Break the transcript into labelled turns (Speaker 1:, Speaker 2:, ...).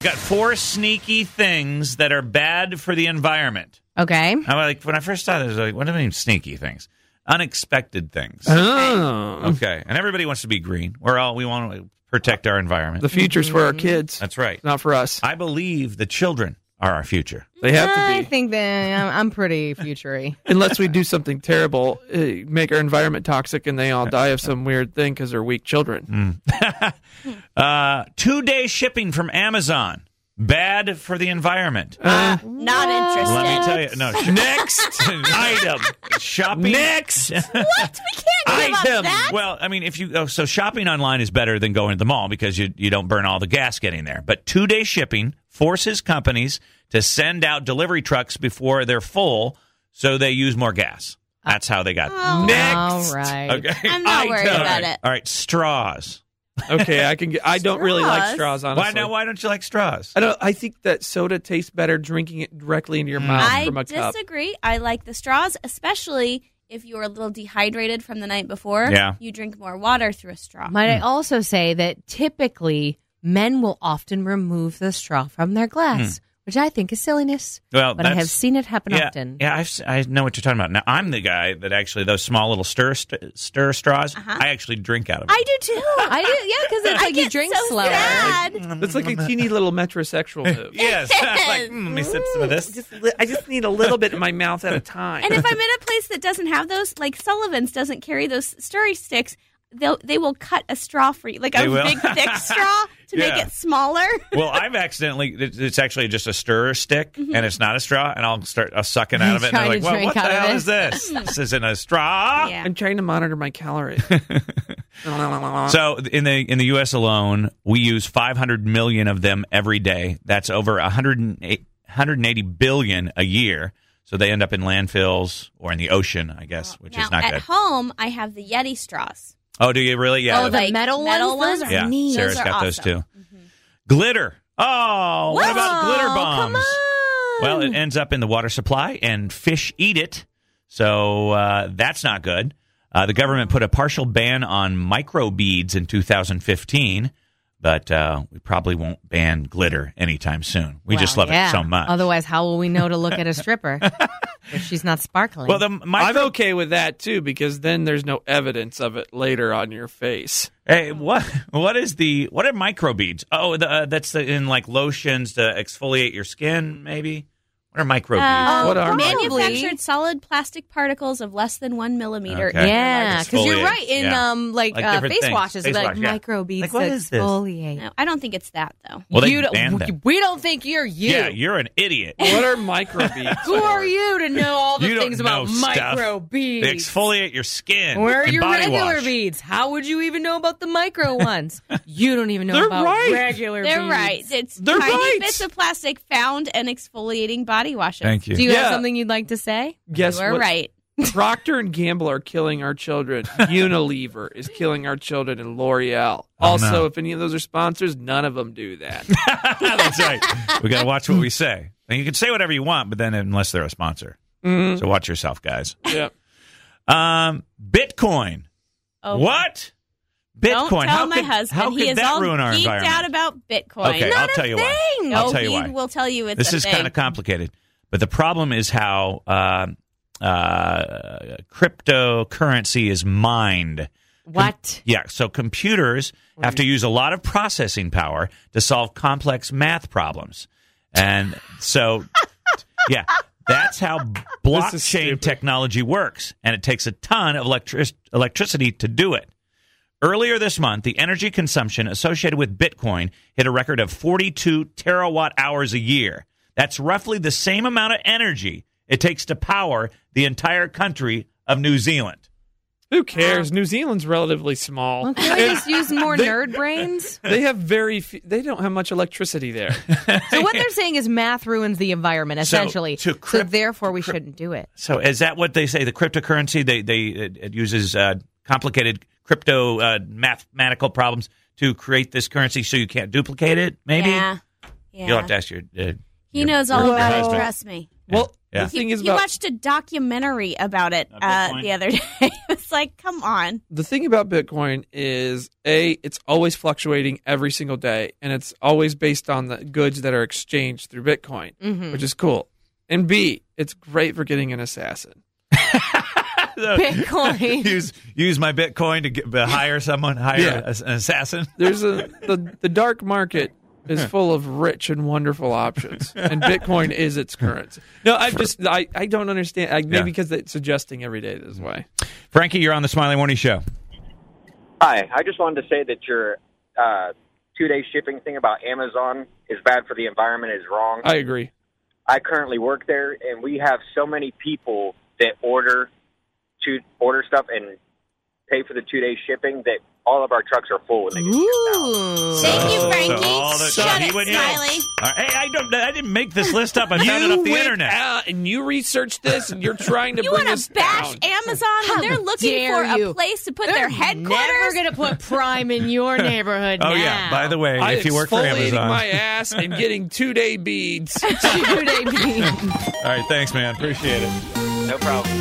Speaker 1: got four sneaky things that are bad for the environment.
Speaker 2: Okay.
Speaker 1: I was like when I first saw this, I was like, what do I mean sneaky things? Unexpected things.
Speaker 3: Oh,
Speaker 1: Okay, and everybody wants to be green. We're all we want to protect our environment.
Speaker 3: the future's for our kids,
Speaker 1: That's right.
Speaker 3: not for us.
Speaker 1: I believe the children are our future.
Speaker 3: They have
Speaker 2: I
Speaker 3: to be,
Speaker 2: think that I'm, I'm pretty futury.
Speaker 3: unless we do something terrible, uh, make our environment toxic, and they all die of some weird thing because they're
Speaker 1: Mm.
Speaker 3: weak children.
Speaker 1: Uh, two day shipping from Amazon. Bad for the environment.
Speaker 3: Ah.
Speaker 4: Not interested.
Speaker 1: Let me tell you. No. Sh- Next item. Shopping. Next.
Speaker 4: Can't give up
Speaker 3: Item.
Speaker 4: that.
Speaker 1: Well, I mean, if you oh, so shopping online is better than going to the mall because you you don't burn all the gas getting there. But two day shipping forces companies to send out delivery trucks before they're full, so they use more gas. That's how they got
Speaker 2: All right.
Speaker 1: Okay,
Speaker 4: I'm not worried
Speaker 1: Item.
Speaker 4: about it.
Speaker 1: All right, straws.
Speaker 3: Okay, I can. Get, I don't really like
Speaker 4: Straws.
Speaker 3: straws. Honestly,
Speaker 1: Why now? Why don't you like straws?
Speaker 3: I don't. I think that soda tastes better drinking it directly into your
Speaker 1: Mm.
Speaker 3: mouth
Speaker 4: I
Speaker 3: from a cup.
Speaker 4: disagree. I like the straws, especially if you were a little dehydrated from the night before.
Speaker 1: Yeah.
Speaker 4: You drink more water through a straw.
Speaker 2: Might I also say that typically men will often remove the straw from their glass, which I think is silliness.
Speaker 1: Well,
Speaker 2: but I have
Speaker 1: Hmm. Oh, that's-
Speaker 2: seen it happen
Speaker 1: yeah,
Speaker 2: often.
Speaker 1: Yeah, I've, s- I know what you're talking about. Now, I'm the guy that actually those small little stir st- stir straws. I actually drink out of.
Speaker 4: I do too.
Speaker 2: I do, yeah, because it's
Speaker 4: I
Speaker 2: like you
Speaker 4: get
Speaker 2: drink
Speaker 4: so
Speaker 2: slower.
Speaker 4: sad.
Speaker 3: That's like a teeny little metrosexual move.
Speaker 1: Yes. like, mm, let me sip some of this.
Speaker 3: Just li- I just need a little bit in my mouth at a time.
Speaker 4: And if I'm in a place that doesn't have those, like Sullivan's doesn't carry those stirry sticks, they'll they will cut a straw for you, like
Speaker 1: They
Speaker 4: a
Speaker 1: will.
Speaker 4: big thick straw to
Speaker 1: Yeah.
Speaker 4: make it smaller.
Speaker 1: Well, I've accidentally. it- It's actually just a stirrer stick, and it's not a straw. And I'll start I'll suck it out of it. And they're
Speaker 2: Trying
Speaker 1: like,
Speaker 2: Mm-hmm. to
Speaker 1: well,
Speaker 2: drink
Speaker 1: "What the
Speaker 2: out of
Speaker 1: hell
Speaker 2: it."
Speaker 1: is this? this isn't a straw."
Speaker 4: yeah.
Speaker 3: I'm trying to monitor my calories. so,
Speaker 1: So in the in the U.S. alone, we use 500 million of them every day. That's over 108 180 billion a year. So they end up in landfills or in the ocean, I guess, which
Speaker 4: now,
Speaker 1: is not
Speaker 4: at
Speaker 1: good.
Speaker 4: home, I have the Yeti straws.
Speaker 1: Oh, do you really? Yeah,
Speaker 2: Oh,
Speaker 1: those-
Speaker 2: the metal ones? Those are
Speaker 1: yeah.
Speaker 2: neat.
Speaker 1: Sarah's
Speaker 4: Those are
Speaker 1: got those too.
Speaker 4: awesome.
Speaker 1: Glitter. Oh, what about
Speaker 4: Whoa,
Speaker 1: glitter
Speaker 4: come
Speaker 1: bombs? Well, it ends up in the water supply, and fish eat it. So uh, that's not good. Uh, the government put a partial ban on microbeads in 2015, but uh, we probably won't ban glitter anytime soon. We just
Speaker 2: Well,
Speaker 1: love
Speaker 2: yeah.
Speaker 1: it so much.
Speaker 2: Otherwise, how will we know to look at a stripper if she's not sparkling?
Speaker 1: well, the micro-
Speaker 3: I'm okay with that too because then there's no evidence of it later on your face.
Speaker 1: Hey, what what is the what are microbeads? Oh, the, uh, that's the, in like lotions to exfoliate your skin, maybe. What are microbeads?
Speaker 4: Um,
Speaker 3: What are
Speaker 4: manufactured solid plastic particles of less than one millimeter.
Speaker 1: Okay.
Speaker 2: yeah, because you're
Speaker 1: Exfoliate,
Speaker 2: right in
Speaker 1: yeah.
Speaker 2: um like,
Speaker 1: Like
Speaker 2: uh,
Speaker 1: different
Speaker 2: face
Speaker 1: things.
Speaker 2: washes,
Speaker 1: Face
Speaker 2: like
Speaker 1: wash, yeah.
Speaker 2: microbeads
Speaker 1: Like, what
Speaker 2: that
Speaker 1: is this?
Speaker 2: exfoliate.
Speaker 4: No, I don't think it's that though.
Speaker 1: Well, they
Speaker 2: you don't-
Speaker 1: banned
Speaker 2: we-
Speaker 1: them.
Speaker 2: we don't think you're you.
Speaker 1: yeah, you're an idiot.
Speaker 3: What are microbeads?
Speaker 2: Who are you to know all the
Speaker 1: You don't
Speaker 2: things about
Speaker 1: know stuff.
Speaker 2: microbeads?
Speaker 1: They exfoliate your skin.
Speaker 2: Where are
Speaker 1: and
Speaker 2: your
Speaker 1: body
Speaker 2: regular
Speaker 1: wash.
Speaker 2: beads? How would you even know about the micro ones? you don't even know
Speaker 3: They're
Speaker 2: about
Speaker 3: right.
Speaker 2: regular
Speaker 4: They're
Speaker 2: beads.
Speaker 4: right. It's
Speaker 3: They're
Speaker 4: tiny
Speaker 3: right.
Speaker 4: bits of plastic found and exfoliating body washes.
Speaker 1: Thank you.
Speaker 2: Do you have
Speaker 3: Yeah.
Speaker 2: something you'd like to say?
Speaker 3: Guess
Speaker 4: We're
Speaker 3: what?
Speaker 4: right.
Speaker 3: Procter and Gamble are killing our children. Unilever is killing our children, and L'Oreal. also,
Speaker 1: Oh, no.
Speaker 3: if any of those are sponsors, none of them do that.
Speaker 1: That's right. We got to watch what we say. And you can say whatever you want, but then unless they're a sponsor, so watch yourself, guys.
Speaker 3: Mm-hmm. yeah.
Speaker 1: Um, Bitcoin.
Speaker 4: Oh,
Speaker 1: What? Bitcoin.
Speaker 4: Don't tell
Speaker 1: how
Speaker 4: my
Speaker 1: could,
Speaker 4: husband.
Speaker 1: How could
Speaker 4: he is
Speaker 1: that
Speaker 4: all
Speaker 1: ruin our
Speaker 4: geeked
Speaker 1: environment?
Speaker 4: out about Bitcoin.
Speaker 1: Okay, I'll tell you why.
Speaker 4: No,
Speaker 1: I'll tell you
Speaker 4: Oh, he
Speaker 1: why.
Speaker 4: will tell you it's
Speaker 1: This
Speaker 4: a
Speaker 1: is
Speaker 4: thing.
Speaker 1: kind of complicated, but the problem is how uh, uh, cryptocurrency is mined.
Speaker 2: What?
Speaker 1: Yeah, so computers have to use a lot of processing power to solve complex math problems. And so, yeah, that's how blockchain
Speaker 3: stupid.
Speaker 1: technology works. And it takes a ton of electric- electricity to do it. Earlier this month, the energy consumption associated with Bitcoin hit a record of 42 terawatt hours a year. That's roughly the same amount of energy it takes to power the entire country of New Zealand.
Speaker 3: Who cares? New Zealand's relatively small.
Speaker 2: Can I just use more nerd brains?
Speaker 3: They have very. Fe- they don't have much electricity there.
Speaker 2: So what they're saying is math ruins the environment,
Speaker 1: So,
Speaker 2: essentially.
Speaker 1: to crypt-
Speaker 2: therefore, we shouldn't do it.
Speaker 1: So is that what they say? The cryptocurrency they they it, it uses uh, complicated crypto uh, mathematical problems to create this currency, so you can't duplicate it. Maybe
Speaker 4: Yeah. yeah.
Speaker 1: you'll have to ask your. Uh,
Speaker 4: he
Speaker 1: your-
Speaker 4: knows
Speaker 1: your
Speaker 4: all about it.
Speaker 1: husband.
Speaker 4: Trust me.
Speaker 3: Well,
Speaker 1: Yeah.
Speaker 3: The thing is
Speaker 4: you
Speaker 3: about
Speaker 4: watched a documentary about it
Speaker 1: Not
Speaker 4: uh,
Speaker 1: Bitcoin.
Speaker 4: the other day. it's like, come on.
Speaker 3: the thing about Bitcoin is a it's always fluctuating every single day, and it's always based on the goods that are exchanged through Bitcoin,
Speaker 2: Mhm.
Speaker 3: which is cool. And B, it's great for getting an assassin.
Speaker 2: Bitcoin.
Speaker 1: use use my Bitcoin to get, uh, hire someone, hire
Speaker 3: Yeah.
Speaker 1: a- an assassin.
Speaker 3: There's a the the dark market is full of rich and wonderful options, and Bitcoin is its currency. No, I just I, I don't understand. I, maybe
Speaker 1: Yeah.
Speaker 3: because it's adjusting every day this way.
Speaker 1: Frankie, you're on the Smiley Morning Show.
Speaker 5: Hi, I just wanted to say that your uh, two-day shipping thing about Amazon is bad for the environment is wrong.
Speaker 3: I agree.
Speaker 5: I currently work there, and we have so many people that order to order stuff and pay for the two-day shipping that all of our trucks are full when they get shipped out.
Speaker 2: Ooh.
Speaker 4: Thank you, Frankie.
Speaker 1: all the-
Speaker 4: Shut
Speaker 1: he
Speaker 4: it,
Speaker 1: went in.
Speaker 4: Smiley.
Speaker 1: All right. Hey, I don't. I didn't make this list up. I found it off the
Speaker 3: went
Speaker 1: internet.
Speaker 3: out and you researched this, and you're trying to
Speaker 4: You
Speaker 3: bring
Speaker 4: want
Speaker 3: us
Speaker 4: to bash
Speaker 3: down.
Speaker 4: Amazon
Speaker 2: How
Speaker 4: when they're looking for
Speaker 2: dare you.
Speaker 4: a place to put
Speaker 2: They're
Speaker 4: their
Speaker 2: Never
Speaker 4: headquarters?
Speaker 2: gonna put Prime in your neighborhood.
Speaker 1: Oh yeah. By the way,
Speaker 3: I
Speaker 1: if you work for
Speaker 3: exfoliating
Speaker 1: Amazon,
Speaker 3: my ass and getting two day beads.
Speaker 2: way,
Speaker 1: all right. Thanks, man. Appreciate it.
Speaker 5: No problem.